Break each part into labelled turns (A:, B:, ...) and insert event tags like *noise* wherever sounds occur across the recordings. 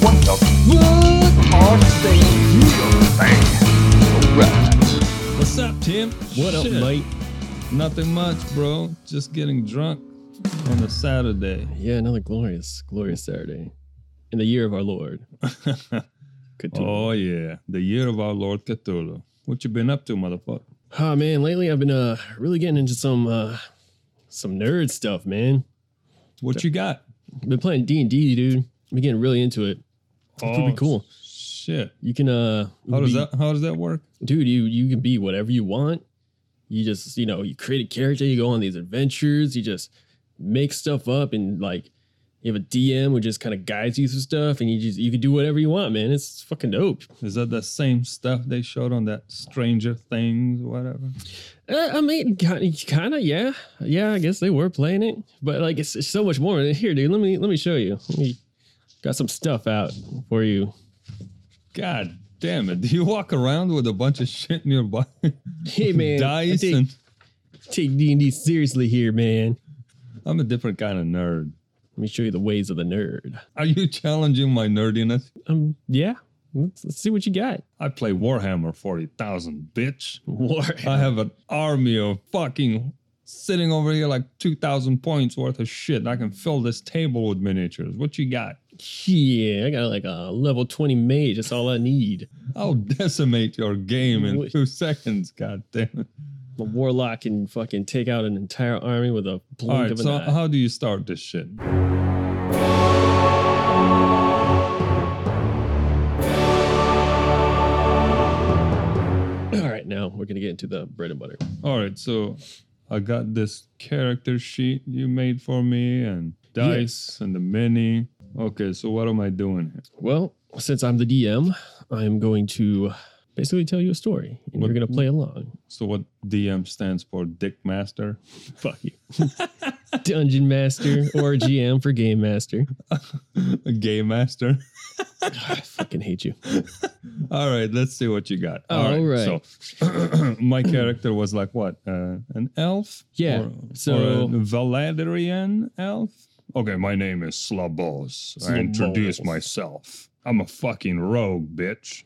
A: What the fuck are things you think? Alright.
B: What's up, Tim?
C: What up,
B: Shit.
C: mate?
B: Nothing much, bro. Just getting drunk on a Saturday.
C: Yeah, another glorious, glorious Saturday in the year of
B: *laughs*
C: our Lord. Good to
B: oh yeah, the year of our Lord Cthulhu. What you been up to, motherfucker?
C: Ah, man, lately I've been uh really getting into some uh some nerd stuff, man.
B: What you got?
C: Been playing D and D, dude. Been getting really into it. It's pretty cool.
B: Shit.
C: You can uh
B: How does
C: be-
B: that How does that work?
C: dude you you can be whatever you want you just you know you create a character you go on these adventures you just make stuff up and like you have a dm who just kind of guides you through stuff and you just you can do whatever you want man it's fucking dope
B: Is that the same stuff they showed on that Stranger Things, or whatever?
C: Uh, I mean, kind of, yeah, yeah. I guess they were playing it, but like, it's, it's so much more. Here, dude, let me let me show you. Let me got some stuff out for you.
B: God damn it! Do you walk around with a bunch of shit in your body?
C: *laughs* Hey, *laughs* man,
B: *laughs*
C: I
B: dice
C: take
B: and
C: take D and D seriously here, man.
B: I'm a different kind of nerd.
C: Let me show you the ways of the nerd.
B: Are you challenging my nerdiness?
C: Um, yeah, let's, let's see what you got.
B: I play Warhammer 40,000, bitch.
C: *laughs* War.
B: I have an army of fucking sitting over here like 2,000 points worth of shit. I can fill this table with miniatures. What you got?
C: Yeah, I got like a level twenty mage. That's all I need.
B: I'll *laughs* decimate your game in
C: Wait.
B: two seconds. God damn it.
C: A warlock can fucking take out an entire army with a blink
B: All right,
C: of an
B: so
C: eye.
B: how do you start this shit?
C: all right, now we're gonna get into the bread and butter.
B: All right, so I got this character sheet you made for me and dice and the mini. Okay, so what am I doing here?
C: Well, since I'm the DM, I am going to basically tell you a story, and
B: What-
C: you're going to play along.
B: So what DM stands for Dick Master? *laughs*
C: Fuck you, Dungeon Master or GM for Game Master.
B: A game master.
C: I fucking hate you.
B: All right, let's see what you got.
C: All
B: So *clears throat* my character was like what? Uh, an elf?
C: Yeah,
B: Or,
C: so-
B: or a Valadrian elf? Okay, my name is Slabos. I introduce
C: Slabos.
B: myself. I'm a fucking rogue, bitch.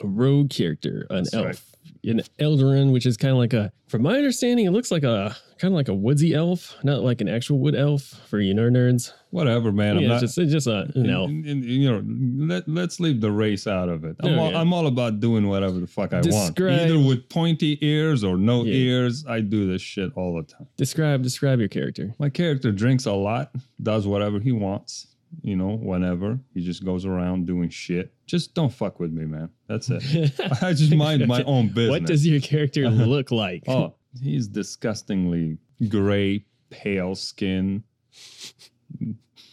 C: A rogue character, an
B: That's
C: elf,
B: right.
C: an Eldarin, which is kind of like a, from my understanding, it looks like a kind of like a woodsy elf, not like an actual wood elf for you nerd nerds.
B: Whatever, man. I'm
C: yeah,
B: not.
C: it's just, it's just a, an elf.
B: and- and- you know, let, let's leave the race out of it. I'm, all,
C: Okay.
B: I'm all about doing whatever the fuck I want,
C: Describe-
B: either with pointy ears or no
C: Yeah.
B: ears. I do this shit all the time.
C: Describe, describe
B: *laughs*
C: your character.
B: My character drinks a lot, does whatever he wants, you know, whenever. He just goes around doing shit. Just don't fuck with me, man. That's it. *laughs* I just mind my own business.
C: *laughs* What does
B: *laughs*
C: your character look like?
B: Oh, he's disgustingly gray, pale skin,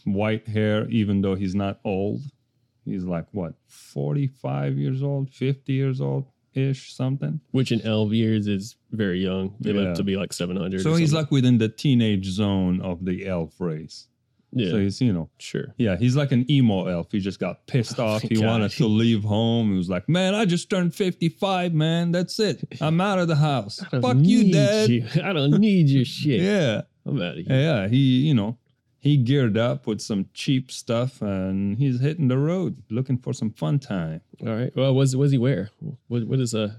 B: white hair, even though he's not old. He's like, what, 45 years old, 50 years old ish, something?
C: which in elf years is very young. They
B: Yeah.
C: live to be like 700.
B: So
C: or
B: he's
C: something.
B: like within the teenage zone of the elf race.
C: yeah,
B: So he's, you know,
C: sure.
B: Yeah, he's like an emo elf. He just got pissed
C: Oh
B: off.
C: my
B: He
C: God.
B: wanted to leave home. He was like, "Man, I just turned 55, man. That's it. I'm out of the house.
C: I don't
B: Fuck you,
C: need
B: dad."
C: you. *laughs* I don't
B: *laughs*
C: need your shit.
B: Yeah.
C: I'm out of here.
B: Yeah, he, you know, he geared up with some cheap stuff and he's hitting the road looking for some fun time. *sighs*
C: All right. Well, was was he where? What what is a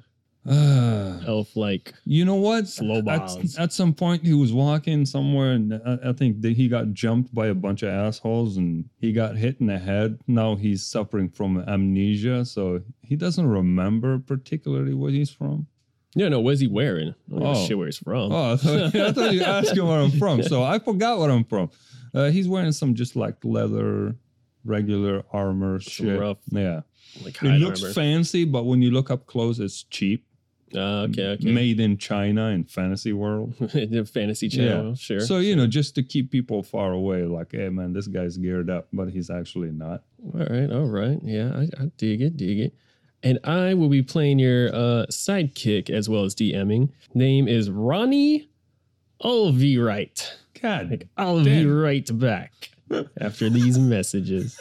B: Ah.
C: elf like?
B: You know what?
C: Slow
B: At,
C: balls.
B: at some point, he was walking somewhere, and I, I think that he got jumped by a bunch of assholes, and he got hit in the head. Now he's suffering from amnesia, so he doesn't remember particularly what he's from.
C: No, no. Was he wearing? I don't give a
B: Oh.
C: shit where he's from.
B: Oh, I thought, I thought you asked him where I'm from, so I forgot where I'm from. Uh, he's wearing some just like leather, regular armor
C: Some
B: shit.
C: rough
B: Yeah,
C: Like
B: it
C: hide
B: looks
C: armor.
B: fancy, but when you look up close, it's cheap.
C: Ah, okay, okay.
B: Made in China in fantasy world.
C: *laughs* the fantasy channel. Sure.
B: So you know, just to keep people far away, like, hey man, this guy's geared up, but he's actually not.
C: all right. All right. Yeah. I, I dig it. Dig it. And I will be playing your uh, sidekick as well as DMing. Name is Ronnie Olvewright.
B: God,
C: Like, I'll be
B: Damn.
C: right
B: *laughs*
C: back after these messages.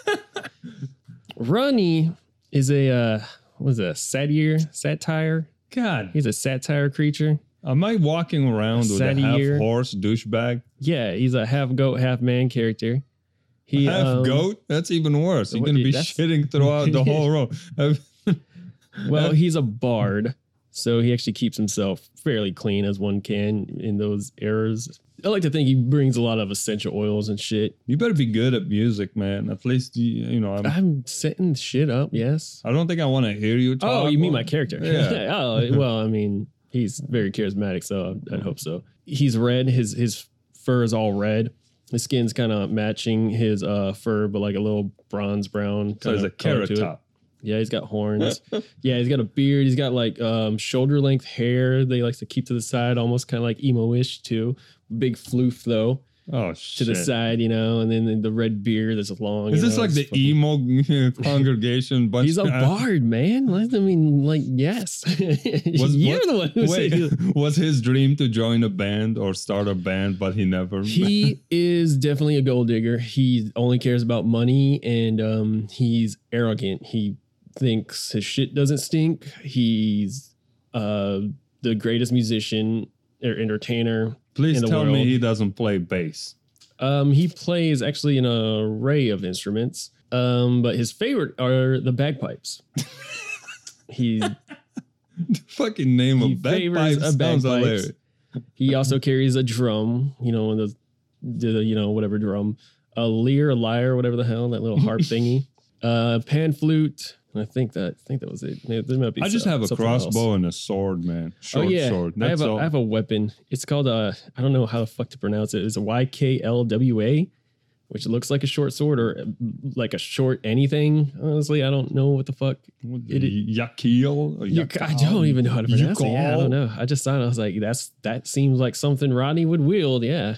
C: Ronnie is a uh what is that? Satire? Satire?
B: God,
C: He's a satire creature.
B: am I walking around with a
C: Sad
B: half
C: year.
B: horse douchebag?
C: Yeah, he's a half goat, half man character. He
B: Half
C: um,
B: goat? That's even worse. You're
C: what-
B: gonna be
C: that's-
B: shitting throughout
C: *laughs*
B: the whole row.
C: Well, he's a bard, so he actually keeps himself fairly clean as one can in those eras. I like to think he brings a lot of essential oils and shit.
B: You better be good at music, man. At least you, you know. I'm,
C: I'm setting shit up, yes.
B: I don't think I want to hear you talk.
C: Oh, you mean my character? *laughs*
B: Yeah. *laughs*
C: oh, well, I mean, he's very charismatic, so I'd hope so. He's red. His his fur is all red. His skin's kind of matching his uh fur, but like a little bronze brown.
B: So it's
C: kinda
B: a
C: color to
B: carrot
C: it.
B: top.
C: Yeah, he's got
B: *laughs*
C: horns. yeah, he's got a beard. He's got like um, shoulder length hair. They likes to keep to the side, almost kind of like emo-ish too. Big floof though
B: Oh
C: to
B: shit.
C: the side, you know, and then the red beard that's long.
B: Is
C: you
B: this
C: know,
B: like
C: it's
B: the emo *laughs*
C: fucking- *laughs*
B: congregation bunch?
C: He's a bard, man. Like, I mean, like, yes. *laughs* You're
B: what-
C: the one who said
B: *laughs* Wait, was his dream to join a band or start a band, but he never.
C: he is definitely a gold digger. He only cares about money and um, he's arrogant. He thinks his shit doesn't stink. He's uh, the greatest musician or entertainer.
B: Please
C: in the
B: tell me
C: world.
B: he doesn't play bass. *laughs*
C: Um, he plays actually an array of instruments, um, but his favorite are
B: *laughs*
C: the bagpipes. he
B: The fucking name
C: He
B: of bagpipe
C: favors a
B: sounds
C: bagpipes.
B: hilarious.
C: He also carries a drum, you know, and the, the you know whatever drum, a lyre, a lyre, whatever the hell, that
B: *laughs*
C: little harp thingy, uh, pan flute. And I think that I think that was it. There there might be.
B: I just
C: some-
B: have a
C: something else.
B: crossbow and a sword, man. Short
C: oh yeah,
B: sword.
C: I
B: That's
C: have a,
B: all.
C: I have a weapon. It's called uh, I don't know how the fuck to pronounce it. It's a YKLWA, which looks like a short sword or uh, like a short anything. Honestly, I don't know what the fuck
B: What the-
C: it-
B: Yakil? or
C: you, I don't
B: Yakal?
C: even know how to pronounce it. Yeah, I
B: Yukal?
C: don't know. I just thought I was like, that's that seems like something Rodney would wield. Yeah,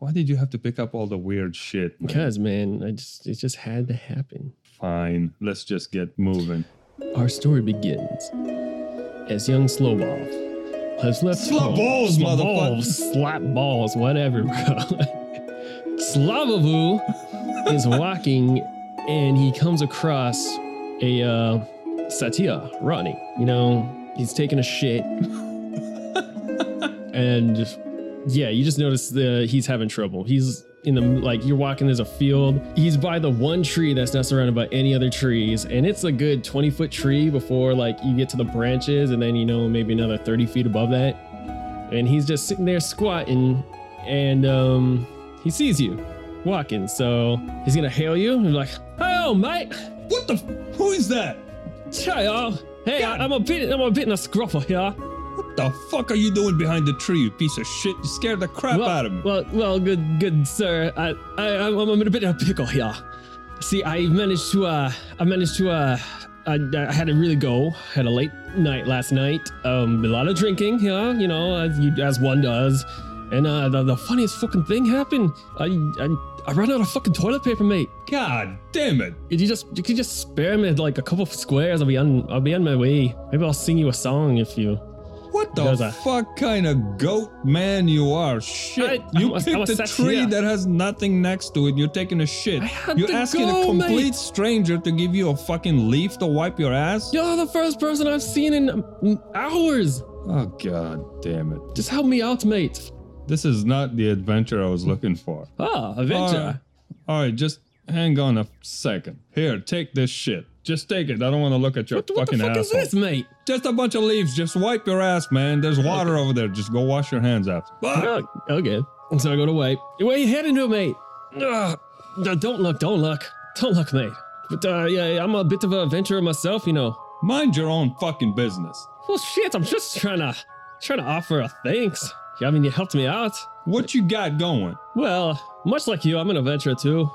B: Why did you have to pick up all the weird shit? man?
C: because man, I just it just had to happen.
B: Fine. Let's just get moving.
C: Our story begins as young Slobov has left
B: Slap
C: home-
B: balls,
C: Slap
B: motherfucker.
C: balls, slap balls, whatever. Slavovu is walking and he comes across a uh, Satya Rodney. You know, he's taking a shit.
B: *laughs*
C: and yeah, you just notice the he's having trouble. He's in the like you're walking there's a field. He's by the one tree that's not surrounded by any other trees, and it's a good 20 foot tree before like you get to the branches, and then you know maybe another 30 feet above that. And he's just sitting there squatting, and um, he sees you walking, so he's gonna hail you and be like, "Oh, mate,
B: What the? F- who is that?
C: hey, uh, hey, I, I'm a bit, I'm a bit in a scruffle here."
B: What the fuck are you doing behind the tree, you piece of shit? You scared the crap
C: well,
B: out of me.
C: Well, well, good, good sir. I, I, I'm, I'm in a bit of a pickle here. See, I managed to, uh, I managed to, uh, I, I had to really go. Had a late night last night. Um, a lot of drinking here, you know, as, you, as one does. And uh, the, the funniest fucking thing happened. I, I, I ran out of fucking toilet paper, mate.
B: God damn it.
C: Could you just, could you just spare me like a couple of squares? I'll be on, I'll be on my way. Maybe I'll sing you a song if you.
B: What the
C: There's a-
B: fuck kind of goat man you are? Shit.
C: I-
B: you
C: I'm a-
B: picked
C: I'm a
B: a,
C: sex-
B: tree
C: yeah.
B: that has nothing next to it. You're taking a shit.
C: I had
B: You're
C: to
B: asking
C: go,
B: a complete
C: mate.
B: stranger to give you a fucking leaf to wipe your ass?
C: You're the first person I've seen in um, hours.
B: Oh, god damn it.
C: Just help me out, mate.
B: This is not the adventure I was looking for.
C: Ah, adventure.
B: All right, just hang on a second. Here, take this shit. Just take it. I don't want to look at your
C: what, what
B: fucking
C: the fuck
B: asshole.
C: is this, mate?
B: Just a bunch of leaves. Just wipe your ass, man. There's water over there. Just go wash your hands after. Fuck.
C: Oh, okay. And so I go to wait. Where you heading to, mate? Ugh. No, don't look, don't look. Don't look, mate. But uh, yeah, I'm a bit of an adventurer myself, you know.
B: Mind your own fucking business.
C: Well, shit, I'm just trying to trying to offer a thanks. I mean, you helped me out.
B: What you got going?
C: Well, much like you, I'm an adventurer too.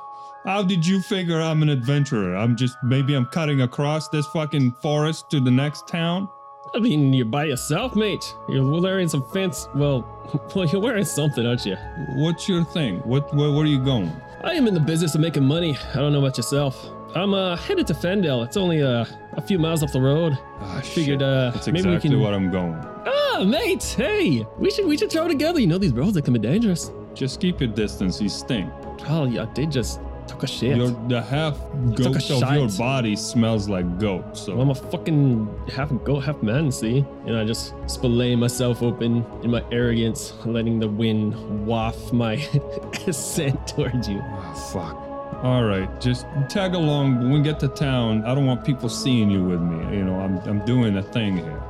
B: How did you figure I'm an adventurer? I'm just maybe I'm cutting across this fucking forest to the next town.
C: I mean, you're by yourself, mate. You're wearing some fancy. Well, *laughs* well, you're wearing something, aren't you?
B: What's your thing? What where, where are you going?
C: I am in the business of making money. I don't know about yourself. I'm uh, headed to Fendel. It's only uh, a few miles off the road.
B: Ah, shit.
C: Figured uh,
B: That's
C: maybe we
B: exactly
C: can.
B: what I'm going.
C: Ah, mate. Hey, we should we should travel together. You know these roads that can be dangerous.
B: Just keep your distance. You stink.
C: Oh, yeah, I did just took a shit.
B: Your the half
C: took
B: goat
C: a
B: of your
C: shite.
B: body smells like goat. So
C: Well, I'm a fucking half goat, half man. See, and I just splay myself open in my arrogance, letting the wind waft my *laughs* ascent towards you.
B: Ah, fuck. All right, just tag along. When we get to town, I don't want people seeing you with me. You know, I'm, I'm doing a thing here.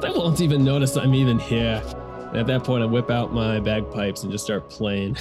C: They won't even notice I'm even here. And at that point, I whip out my bagpipes and just start playing.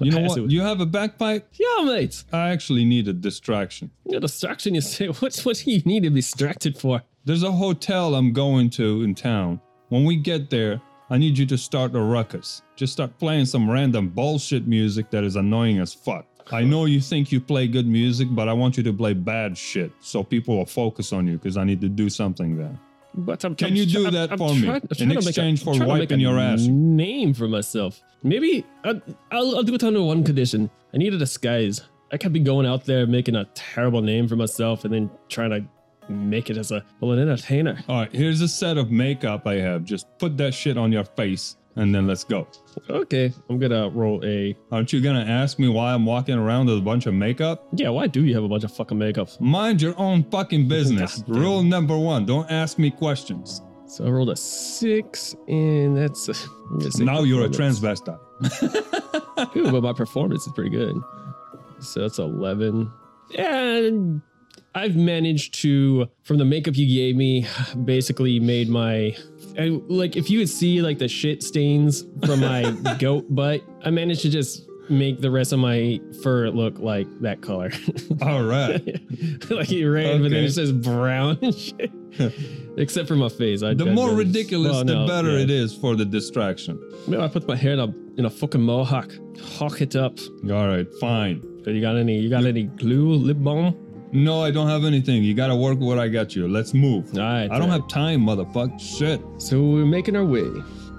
B: You know
C: *laughs* As
B: what?
C: it was-
B: You have a backpipe?
C: yeah, mate.
B: I actually need a distraction.
C: A distraction, you say? What, what do you need to be distracted for?
B: There's a hotel I'm going to in town. When we get there, I need you to start a ruckus. Just start playing some random bullshit music that is annoying as fuck. I know you think you play good music, but I want you to play bad shit so people will focus on you because I need to do something there.
C: But I'm,
B: Can
C: I'm
B: you
C: try-
B: do
C: I'm-
B: that
C: I'm
B: for me
C: trying- I'm
B: in
C: trying to make a-
B: exchange
C: I'm
B: for
C: trying to make
B: wiping
C: a
B: your ass?
C: Name for myself. Maybe I, I'll, I'll do it under one condition. I need a disguise. I can't be going out there making a terrible name for myself and then trying to make it as a well an entertainer.
B: All right, here's a set of makeup I have. Just put that shit on your face and then let's go.
C: Okay, I'm gonna roll a.
B: Aren't you gonna ask me why I'm walking around with a bunch of makeup?
C: Yeah, why do you have a bunch of fucking makeup?
B: Mind your own fucking business.
C: *laughs* God damn.
B: Rule number one don't ask me questions.
C: So I rolled a six, and that's. A, *laughs* I'm gonna say
B: Now you're a
C: performance.
B: transvestite.
C: Ooh, but my performance is pretty good. So that's 11. And I've managed to, from the makeup you gave me, *sighs* basically made my. I, like, if you would see, like, the shit stains
B: *laughs*
C: from my goat butt, I managed to just make the rest of my fur look like that color. *laughs*
B: All right.
C: like, it ran, but then
B: Okay.
C: it says brown
B: *laughs*
C: and shit. Except for my face. I,
B: The
C: I
B: more
C: noticed-
B: ridiculous,
C: well,
B: the
C: no,
B: better
C: yeah.
B: it is for the distraction.
C: Man, I put my hair in a, in a fucking mohawk. Hawk it up.
B: All right, fine.
C: So you got any? You got any glue, lip balm?
B: No, I don't have anything. You gotta work with what I got you. Let's move.
C: All right.
B: I don't have time, motherfucker. Shit.
C: So we're making our way,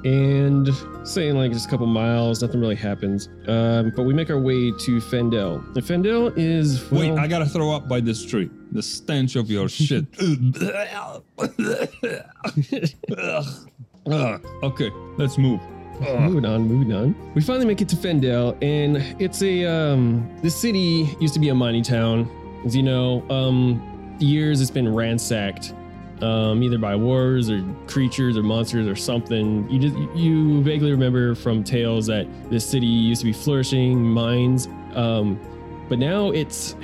C: and saying like just a couple miles, nothing really happens. Um, but we make our way to Fendel. And Fendel is well,
B: Wait, I gotta throw up by this tree. The stench of
C: *laughs*
B: your shit. Ugh. Ugh. Okay, let's move.
C: Moving on, moving on. We finally make it to Fendel, and it's a um the city used to be a mining town. As you know, um years it's been ransacked. Um, either by wars or creatures or monsters or something. You just you vaguely remember from tales that this city used to be flourishing, mines. Um, but now it's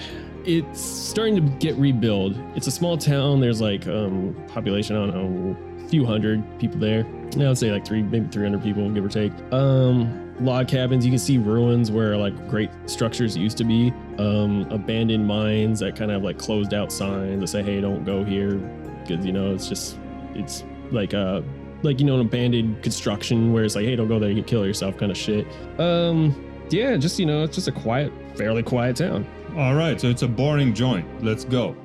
C: it's starting to get rebuilt. It's a small town. There's like um population, I don't know, few hundred people there. I would say like three, maybe 300 people, give or take. Um, log cabins, you can see ruins where like great structures used to be. Um, abandoned mines that kind of have like closed out signs that say, hey, don't go here. Because, you know, it's just, it's like uh like, you know, an abandoned construction where it's like, hey, don't go there, you can kill yourself kind of shit. Um, yeah, just, you know, it's just a quiet, fairly quiet town. *laughs*
B: All right, so it's a boring joint. Let's go.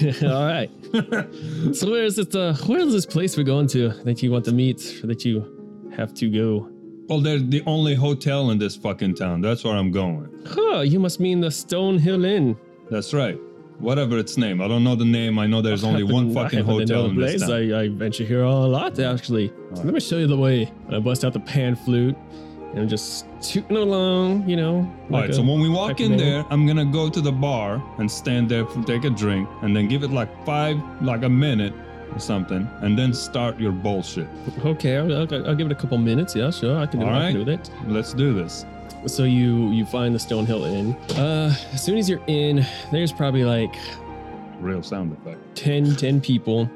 B: *laughs*
C: All right. so where is it? Uh, where is this place we're going to that you want to meet? That you have to go?
B: Well, they're the only hotel in this fucking town. That's where I'm going.
C: Huh? You must mean the Stone Hill Inn.
B: That's right. Whatever its name. I don't know the name. I know there's
C: *laughs*
B: only one
C: I
B: fucking
C: happen to know
B: hotel
C: a
B: in this
C: place.
B: town.
C: I, I venture here a lot actually. So let me show you the way. And I bust out the pan flute and I'm just tooting along. You know.
B: All
C: like
B: right,
C: a-
B: so when we walk
C: like
B: in
C: a-
B: there, I'm gonna go to the bar and stand there, for, take a drink, and then give it like five, like a minute or something, and then start your bullshit.
C: okay, I'll, I'll, I'll give it a couple minutes. Yeah, sure, I can do, it,
B: All
C: I can
B: right.
C: do that.
B: Let's do this.
C: So you you find the Stone Hill Inn. Uh, as soon as you're in, there's probably like
B: Real sound effect.
C: 10,
B: *laughs*
C: 10 people.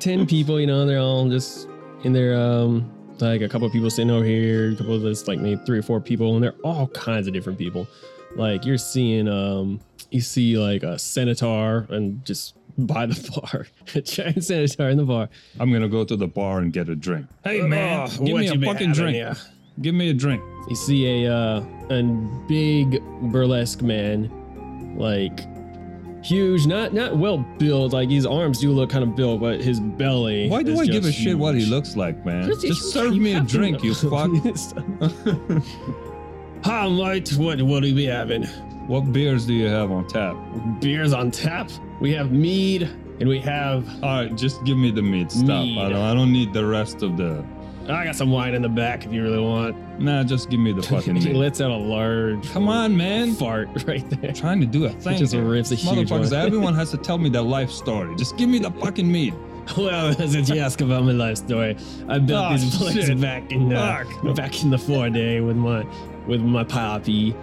C: 10 people, you know, they're all just in their, um, like a couple of people sitting over here, a couple of this, like maybe three or four people, and they're all kinds of different people. Like you're seeing, um, you see like a senator and just by the *laughs* bar, a giant senator in the bar.
B: I'm gonna go to the bar and get a drink. Hey man,
C: Oh,
B: give
C: what
B: me
C: you
B: a
C: been
B: fucking
C: having
B: drink.
C: here?
B: Give me a drink.
C: You see a, uh, a big burlesque man, like huge, not, not well built. Like his arms do look kind of built, but his belly.
B: Why do
C: is
B: I give a
C: just
B: shit what he
C: huge.
B: looks like, man?
C: Just-
B: Just
C: you-
B: serve
C: you
B: me a
C: have to
B: drink,
C: know.
B: you
C: *laughs*
B: fuck.
C: Hi, mate. What what do we having?
B: What beers do you have on tap?
C: Beers on tap. We have mead, and we have.
B: All right, just give me the meat. Stop.
C: Mead.
B: I don't. I don't need the rest of the.
C: I got some wine in the back if you really want.
B: Nah, just give me
C: *laughs*
B: the fucking
C: he
B: meat.
C: lets out a large.
B: Come on, man.
C: Fart *laughs* right there.
B: trying to do a thing.
C: just
B: here.
C: rips a huge
B: Motherfuckers,
C: one. *laughs*
B: everyone has to tell me their life story. Just give me the fucking meat.
C: *laughs* Well, since you ask about my life story, I built
B: Oh,
C: these places
B: shit.
C: back in uh, back in the four day with my with my poppy.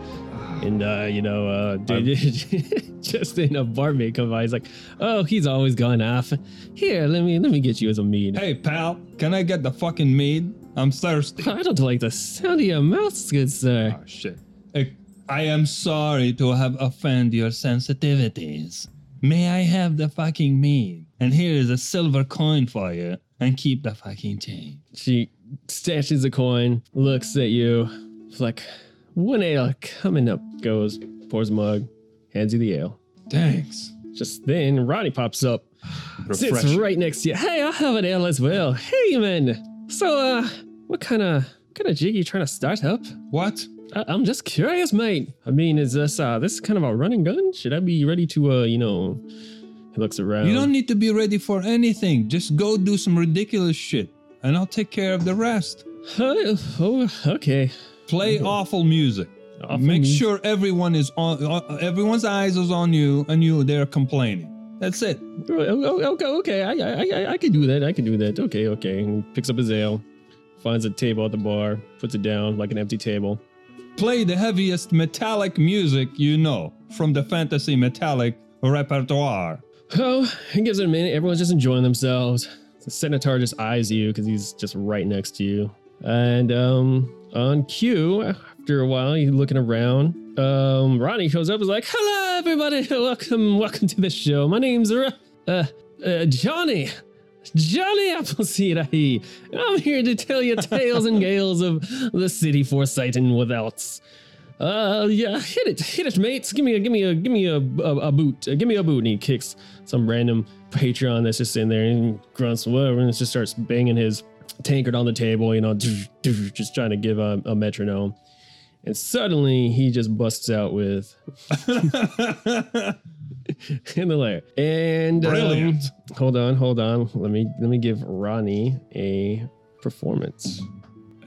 C: And uh, you know, uh, *laughs* Justin, a barmaid come by. He's like, "Oh, he's always gone off. Here, let me let me get you as a mead."
B: Hey, pal, can I get the fucking mead? I'm
C: *laughs*
B: thirsty.
C: I don't like the sound of your mouth, good sir.
B: oh, shit. I- I am sorry to have offended your sensitivities. May I have the fucking mead? And here is a silver coin for you. And keep the fucking change.
C: She stashes a coin, looks at you, it's like, one ale coming up, goes, pours a mug, hands you the ale.
B: Thanks.
C: Just then, Ronnie pops up, sits
B: Refresh.
C: right next to you. Hey, I'll have an ale as well. Hey, man. So, uh, what kind of what kind of jig you trying to start up?
B: What?
C: I- I'm just curious, mate. I mean, is this uh this kind of a run and gun? Should I be ready to uh you know? He looks around.
B: You don't need to be ready for anything. Just go do some ridiculous shit, and I'll take care of the rest.
C: Huh? oh, okay.
B: Play awful music. Make sure everyone is on. uh, Everyone's eyes is on you, and you they're complaining. That's it.
C: Oh, oh, oh, okay, okay. I, I, I, I can do that. I can do that. Okay, okay. And picks up his ale, finds a table at the bar, puts it down like an empty table.
B: Play the heaviest metallic music you know from the fantasy metallic repertoire. *laughs*
C: Oh, it gives it a minute. Everyone's just enjoying themselves. The senator just eyes you because he's just right next to you. And um, on cue, after a while, you're looking around. Um, Ronnie shows up. Is like, "Hello, everybody. *laughs* Welcome, welcome to the show. My name's Ro- uh, uh, Johnny." Johnny Appleseed, aye. and I'm here to tell you tales and gales of the city foresight and withouts. Uh, yeah, hit it, hit it, mates. Give me a, give me a, give me a, a, a boot. Uh, give me a boot. And he kicks some random Patreon that's just in there and grunts whatever, and just starts banging his tankard on the table. You know, just trying to give a, a metronome. And suddenly he just busts out with *laughs* in the lair. And um,
B: Brilliant.
C: hold on, hold on. Let me let me give Ronnie a performance.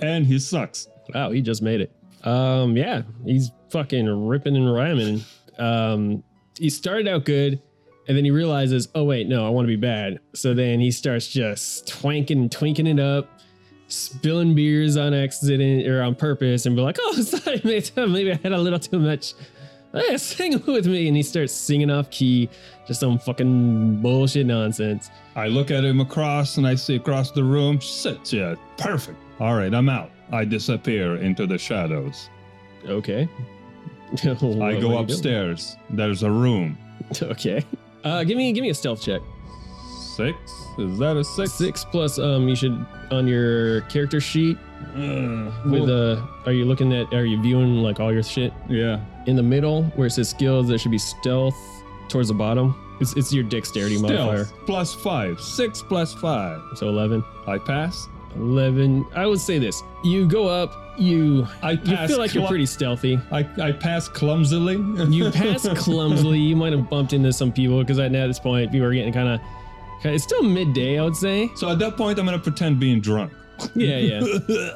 B: and he sucks.
C: Wow, he just made it. Um, yeah, he's fucking ripping and rhyming. Um, he started out good, and then he realizes, oh wait, no, I want to be bad. So then he starts just twanking and twinking it up, spilling beers on accident or on purpose, and be like, *laughs* oh sorry, mate, *laughs* maybe I had a little too much. Hey, sing *laughs* with me, and he starts singing off key, just some fucking bullshit nonsense.
B: I look at him across and I see across the room, sits yeah, perfect. All right, I'm out. I disappear into the shadows.
C: Okay. *laughs*
B: I go upstairs. There's a room.
C: Okay. Uh, give me give me a stealth check.
B: Six? Is that a six?
C: Six plus um you should on your character sheet
B: Uh,
C: with
B: well,
C: uh are you looking at are you viewing like all your shit
B: yeah.
C: in the middle where it says skills there should be stealth towards the bottom. It's it's your dexterity modifier.
B: Stealth, plus five. Six plus five.
C: So 11.
B: I pass.
C: 11. I would say this. You go up, you
B: I
C: you
B: pass.
C: feel like you're
B: clu-
C: pretty stealthy.
B: I, I pass clumsily. *laughs*
C: You pass clumsily. You might have bumped into some people because at this point people are getting kind of it's still midday, I would say.
B: so at that point, I'm gonna pretend being drunk.
C: Yeah, yeah.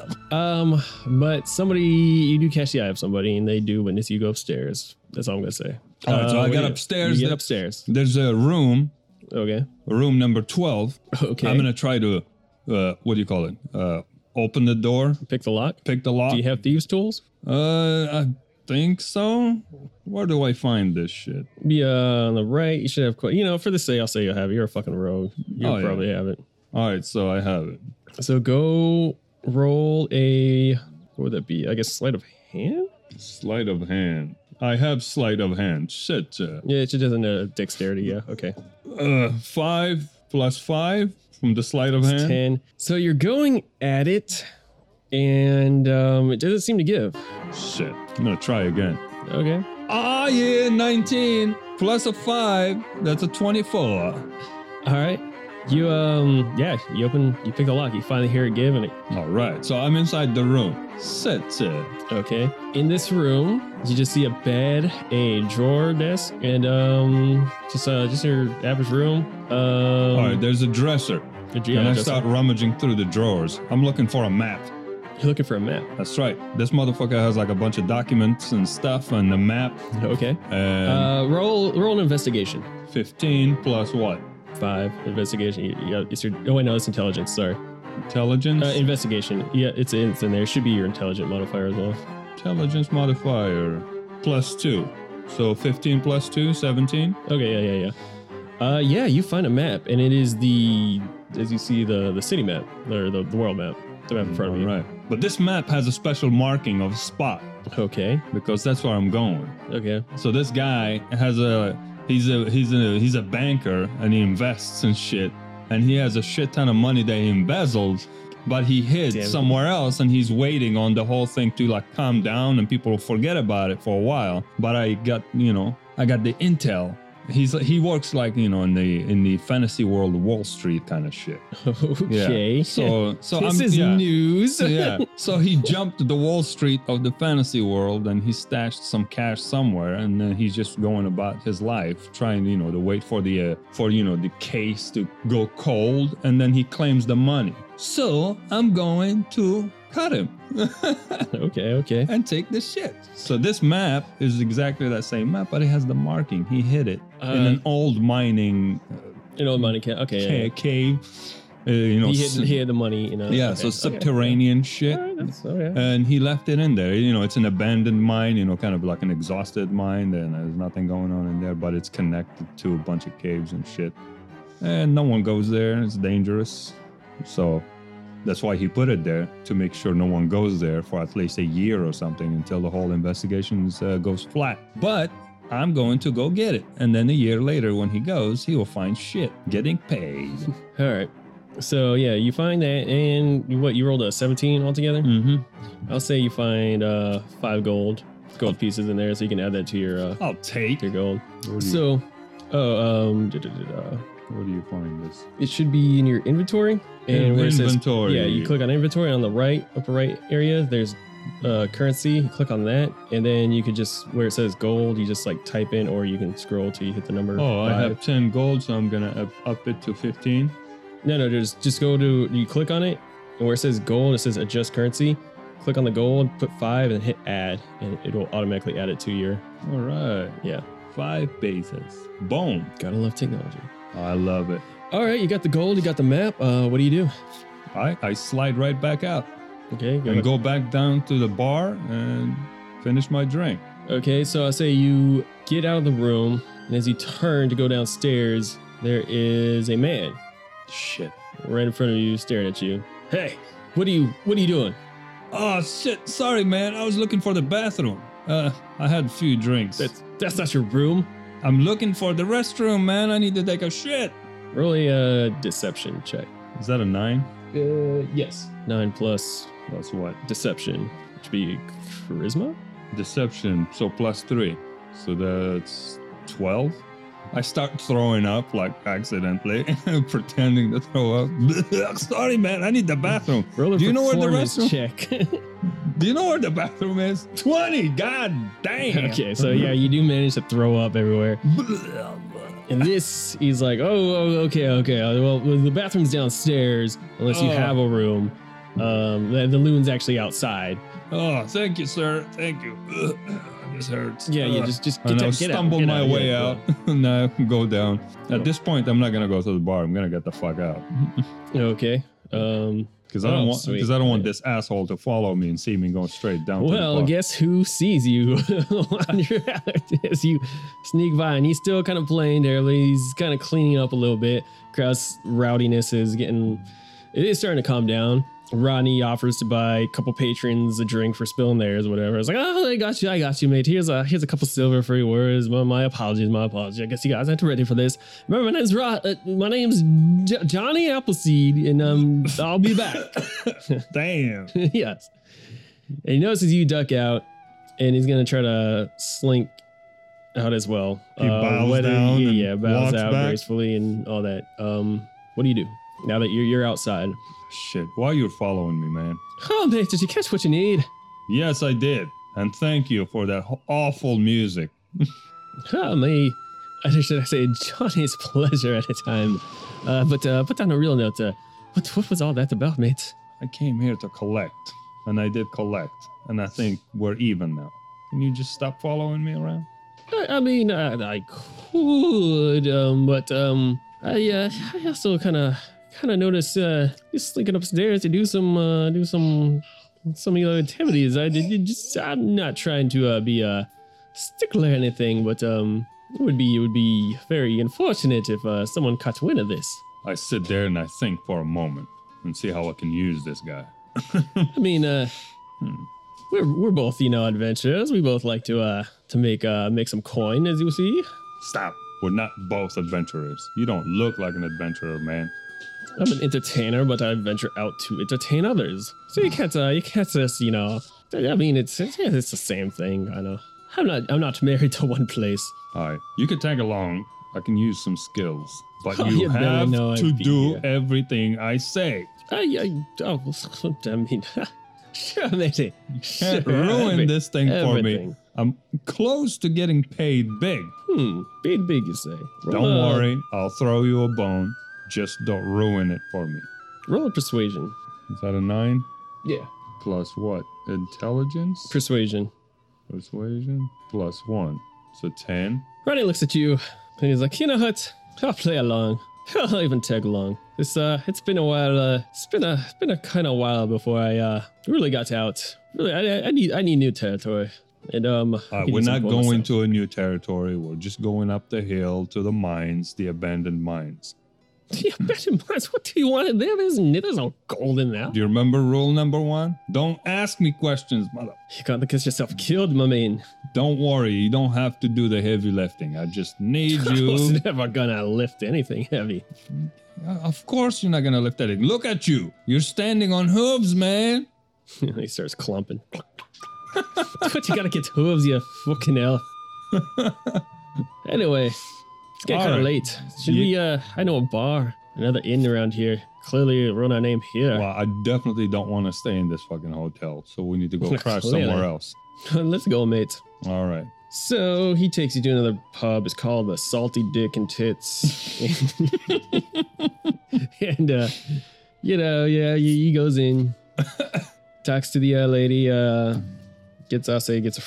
B: *laughs*
C: Um, but somebody you do catch the eye of somebody, and they do witness you go upstairs. That's all I'm gonna say.
B: All right, so I
C: what do
B: got
C: you-
B: upstairs.
C: You get
B: That-
C: upstairs.
B: There's a room,
C: Okay.
B: room number twelve.
C: Okay.
B: I'm gonna try to, uh, what do you call it? Uh, open the door,
C: pick the lock.
B: pick the lock.
C: Do you have thieves' tools?
B: uh, I think so. Where do I find this shit?
C: Be uh, on the right. You should have. qu- You know, for the say, I'll say you'll have it. You're a fucking rogue. You
B: Oh, yeah.
C: probably have it.
B: All right, so I have it.
C: So go roll a. What would that be? I guess sleight of hand.
B: Sleight of hand. I have sleight of hand. Shit. uh,
C: Yeah, it's just doesn't uh, dexterity. Yeah. Okay.
B: Uh, five plus five from the sleight of hand.
C: 10. So you're going at it, and um, it doesn't seem to give.
B: Shit. I'm gonna try again.
C: Okay.
B: Ah, yeah, 19 plus a five. That's a 24.
C: All right. You um yeah, you open you pick the lock, you finally hear it give and it
B: All right, so I'm inside the room. Sit. uh,
C: okay. In this room, you just see a bed, a drawer desk, and um just uh just your average room. Um
B: All right, there's a dresser.
C: did you-
B: And I
C: just-
B: start rummaging through the drawers. I'm looking for a map.
C: you're looking for a map.
B: That's right. This motherfucker has like a bunch of documents and stuff and a map.
C: Okay.
B: And
C: Uh roll roll an investigation.
B: 15 plus what?
C: Five investigation. You, you, it's your oh wait no, it's intelligence, sorry.
B: Intelligence?
C: Uh, investigation. Yeah, it's it's in there. It should be your intelligent modifier as well.
B: Intelligence modifier. plus two. So 15 plus two, 17.
C: Okay, yeah, yeah, yeah. Uh, yeah, you find a map, and it is the as you see the the city map or the, the world map, the map in front of you.
B: Alright. But this map has a special marking of spot
C: Okay,
B: because that's where I'm going.
C: okay, *laughs*
B: So this guy has a he's a he's a he's a banker and he invests in shit and he has a shit ton of money that he embezzled but he hid
C: Damn it.
B: somewhere else and he's waiting on the whole thing to like calm down and people will forget about it for a while but I got you know I got the intel he's he works like you know in the in the fantasy world Wall Street kind of shit yeah
C: okay.
B: so so
C: this
B: I'm,
C: is
B: yeah.
C: news.
B: *laughs* yeah. So he jumped the Wall Street of the fantasy world and he stashed some cash somewhere and then he's just going about his life trying, you know, to wait for the uh, for you know the case to go cold and then he claims the money. So I'm going to cut him
C: *laughs*
B: *laughs*
C: okay, okay.
B: and take the shit. So this map is exactly that same map, but it has the marking. He hid it in
C: Uh,
B: an old mining uh,
C: you know, money can. Okay, yeah,
B: ca-
C: yeah.
B: cave. Uh, you know,
C: he hid,
B: s-
C: he hid the money. You know.
B: yeah,
C: okay,
B: so
C: okay.
B: subterranean Uh, shit
C: All right, that's all right.
B: and he left it in there. You know, it's an abandoned mine, you know, kind of like an exhausted mine, and there's nothing going on in there, but it's connected to a bunch of caves and shit. And no one goes there, and it's dangerous. So that's why he put it there to make sure no one goes there for at least a year or something until the whole investigation uh, goes flat. But I'm going to go get it. And then a year later, when he goes, he will find shit getting
C: *laughs*
B: paid.
C: All right. So yeah, you find that, and you, what you rolled a seventeen altogether.
B: mm-hmm.
C: I'll say you find uh five gold
B: Oh.
C: gold pieces in there, so you can add that to your uh,
B: I'll take.
C: your gold.
B: Where do, you,
C: So, oh um, da, da, da, da.
B: where do you find this?
C: it should be in your inventory and where it says
B: Inventory.
C: yeah, you click on inventory on the right upper right area. There's uh, currency. You click on that, and then you could just where it says gold, you just like type in, or you can scroll till you hit the number.
B: Oh, I
C: five.
B: have 10 gold, so I'm gonna up, up it to 15.
C: No, no, just just go to you click on it, and where it says gold, it says adjust currency. Click on the gold, put five, and hit add, and it'll automatically add it to your.
B: All right.
C: Yeah.
B: Five bases. Boom.
C: Gotta love technology.
B: I love it.
C: All right, you got the gold, you got the map. Uh, what do you do?
B: I, I slide right back out
C: Okay, go
B: and go back down to the bar and finish my drink.
C: Okay, so I say you get out of the room, and as you turn to go downstairs, there is a man
B: Shit.
C: right in front of you, staring at you. Hey, what are you? What are you doing?
B: Oh, shit. Sorry, man. I was looking for the bathroom. Uh, I had a few drinks.
C: That's that's not your room.
B: I'm looking for the restroom, man. I need to take a shit.
C: Roll a uh, deception check.
B: Is that a nine?
C: Uh, yes. Nine plus
B: That's what?
C: deception, which would be charisma.
B: deception so plus three so that's 12 i start throwing up like accidentally *laughs* pretending to throw up *laughs* sorry man i need the bathroom
C: Roll a
B: Do you know where the
C: performance
B: restroom-
C: check? *laughs*
B: do you know where the bathroom is *laughs* 20 god damn
C: *laughs* okay, so yeah, you do manage to throw up everywhere. And this, he's like, oh, oh, okay, okay. uh, Well, well, the bathroom's downstairs, unless you
B: Oh.
C: have a room. Um, the, the loon's actually outside.
B: oh thank you sir thank you *sighs* this hurts
C: Yeah, you
B: Ugh.
C: just just Uh, get,
B: and
C: out,
B: I
C: get out,
B: stumble
C: get
B: my
C: out,
B: way
C: yeah,
B: out, *laughs* and I go down.
C: Cool.
B: At this point, I'm not gonna go to the bar. I'm gonna get the fuck out
C: yeah. Okay. Um,
B: because I don't
C: Oh,
B: want
C: sweet.
B: because I don't want this asshole to follow me and see me going straight down. to the
C: well,
B: bar.
C: guess who sees you *laughs* on your *laughs* as you sneak by, and he's still kind of playing there, but he's kind of cleaning up a little bit. Crowd's rowdiness is getting it is starting to calm down. Ronnie offers to buy a couple patrons a drink for spilling theirs, whatever. It's like, oh, I got you, I got you, mate. Here's a here's a couple silver for your words. My, my apologies, my apologies. I guess you guys aren't ready for this. Remember, my name's Ro- uh, my name's J- Johnny Appleseed, and um, I'll be back.
B: Damn.
C: *laughs* yes. And he notices you duck out, and he's gonna try to slink out as well.
B: He bows down
C: Yeah,
B: and
C: yeah, bows
B: walks
C: out
B: back.
C: gracefully and all that. Um, what do you do now that you're you're outside?
B: Shit, why you following me, man?
C: Oh mate, did you catch what you need?
B: Yes, I did. And thank you for that h- awful music.
C: Oh me, I should I say Johnny's *laughs* pleasure at a time. Uh, but uh, put on a real note. Uh, what what was all that about, mate?
B: I came here to collect, and I did collect, and I think we're even now. Can you just stop following me around?
C: I, I mean, I, I could, um, but um, I uh, I also kind of kind of noticed uh, you slinking upstairs to do some uh, do some some of your activities. I did you just I'm not trying to uh, be uh, stickler or anything, but um, it would be it would be very unfortunate if uh, someone caught wind of this.
B: I sit there and I think for a moment and see how I can use this guy.
C: I mean, uh,
B: Hmm.
C: we're we're both you know adventurers. We both like to uh to make uh make some coin, as you see.
B: Stop. We're not both adventurers. You don't look like an adventurer, man.
C: I'm an entertainer, but I venture out to entertain others. So you can't uh, you can't just you know. I mean, it's it's, yeah, it's the same thing. I know. I'm not I'm not married to one place.
B: All right. You can tag along. I can use some skills. But
C: *laughs* Oh,
B: you
C: you barely
B: have
C: know
B: to
C: I'd be
B: do
C: here.
B: everything I say.
C: I, I, oh, *laughs* I mean, sure, matey. Sure,
B: Can't ruin
C: every-
B: this thing for me.
C: everything.
B: I'm close to getting paid big.
C: Hmm, big, big, you say.
B: Don't
C: a-
B: worry. I'll throw you a bone. Just don't ruin it for me.
C: Roll a persuasion.
B: Is that a nine?
C: Yeah.
B: Plus what? Intelligence?
C: Persuasion.
B: Persuasion? Plus one. So ten.
C: Ronnie looks at you and he's like, you know what? I'll play along. *laughs* I'll even tag along. It's uh, it's been a while. Uh, it's been a it's been a kind of while before I uh really got out. Really, I, I- I need I need new territory. And um,
B: All
C: I
B: right,
C: need
B: Uh, we're
C: some
B: not
C: bonus
B: going
C: stuff.
B: to a new territory. We're just going up the hill to the mines, the abandoned mines.
C: *laughs* Yeah, better minds. What do you want? There is there's no gold in that.
B: Do you remember rule number one? Don't ask me questions, mother.
C: You gotta get yourself killed, my man.
B: Don't worry, you don't have to do the heavy lifting. I just
C: *laughs*
B: need
C: I was
B: you.
C: never gonna lift anything heavy.
B: Uh, of course, you're not gonna lift that thing. Look at you. You're standing on hooves, man.
C: *laughs* he starts clumping. but you gotta get hooves, you fucking elf. *laughs* anyway, it's getting
B: All
C: kind of
B: right.
C: late. Should
B: Ye-
C: we? Uh, I know a bar, another inn around here. Clearly, run our name here.
B: Well, I definitely don't want to stay in this fucking hotel, so we need to *laughs* go crash
C: Clearly.
B: somewhere else.
C: *laughs* Let's go, mate.
B: All right.
C: So he takes you to another pub. It's called the Salty Dick
B: *laughs*
C: and Tits. and, uh, you know, yeah, he, he goes in, talks to the uh, lady, uh, gets us a gets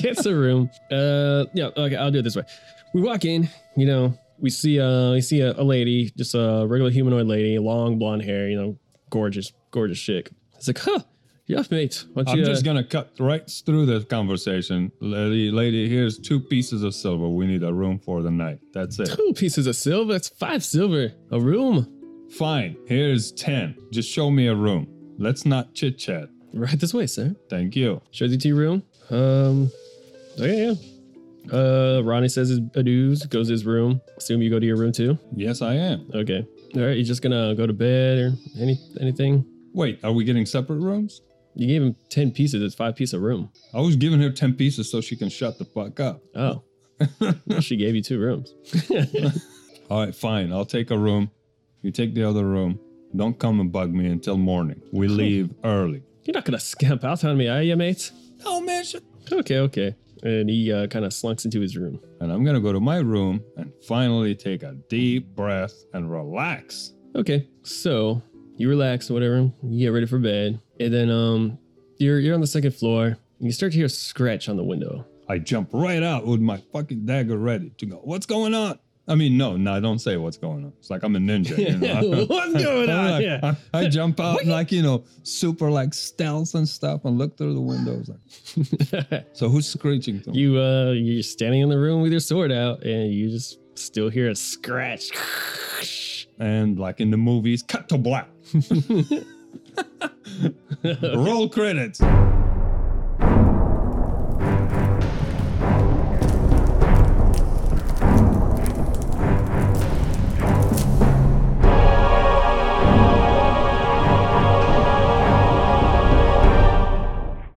C: gets a *laughs* room. Uh, yeah, okay, I'll do it this way. We walk in, you know, we see uh, we see a, a lady, just a regular humanoid lady, long blonde hair, you know, gorgeous, gorgeous chick. It's like, huh, yeah, mate. Why don't
B: I'm
C: you, uh,
B: just gonna cut right through this conversation, lady. Lady, here's two pieces of silver. We need a room for the night. That's *laughs* it.
C: Two pieces of silver. That's five silver. A room.
B: Fine. Here's ten. Just show me a room. Let's not chit chat.
C: Right this way, sir.
B: Thank you.
C: Shows you to your room. Um. Okay, yeah. Uh, Ronnie says his adieus, goes to his room. Assume you go to your room too.
B: Yes, I am.
C: Okay. All right. You just gonna go to bed or any anything?
B: Wait, are we getting separate rooms?
C: You gave him ten pieces. It's five piece a room.
B: I was giving her ten pieces so she can shut the fuck up.
C: Oh. she gave you two rooms.
B: All right, fine. I'll take a room. You take the other room. Don't come and bug me until morning. We leave early.
C: You're not gonna scamp out on me, are you, mate?
B: Oh man.
C: Okay, okay. And he uh, kind of slunks into his room.
B: And I'm gonna go to my room and finally take a deep breath and relax.
C: Okay, so you relax, whatever. You get ready for bed, and then um, you're you're on the second floor. And you start to hear a scratch on the window.
B: I jump right out with my fucking dagger ready to go. What's going on? I mean, no, no, I don't say what's going on. It's like I'm a ninja.
C: *laughs*
B: You know?
C: What's going
B: *laughs* I'm
C: on
B: like-
C: here?
B: I, I jump out like you know, super like stealth and stuff, and look through the windows. Like,
C: *laughs*
B: so who's screeching to me?
C: you uh, you're standing in the room with your sword out, and you just still hear a scratch.
B: and like in the movies, cut to black. Roll credits.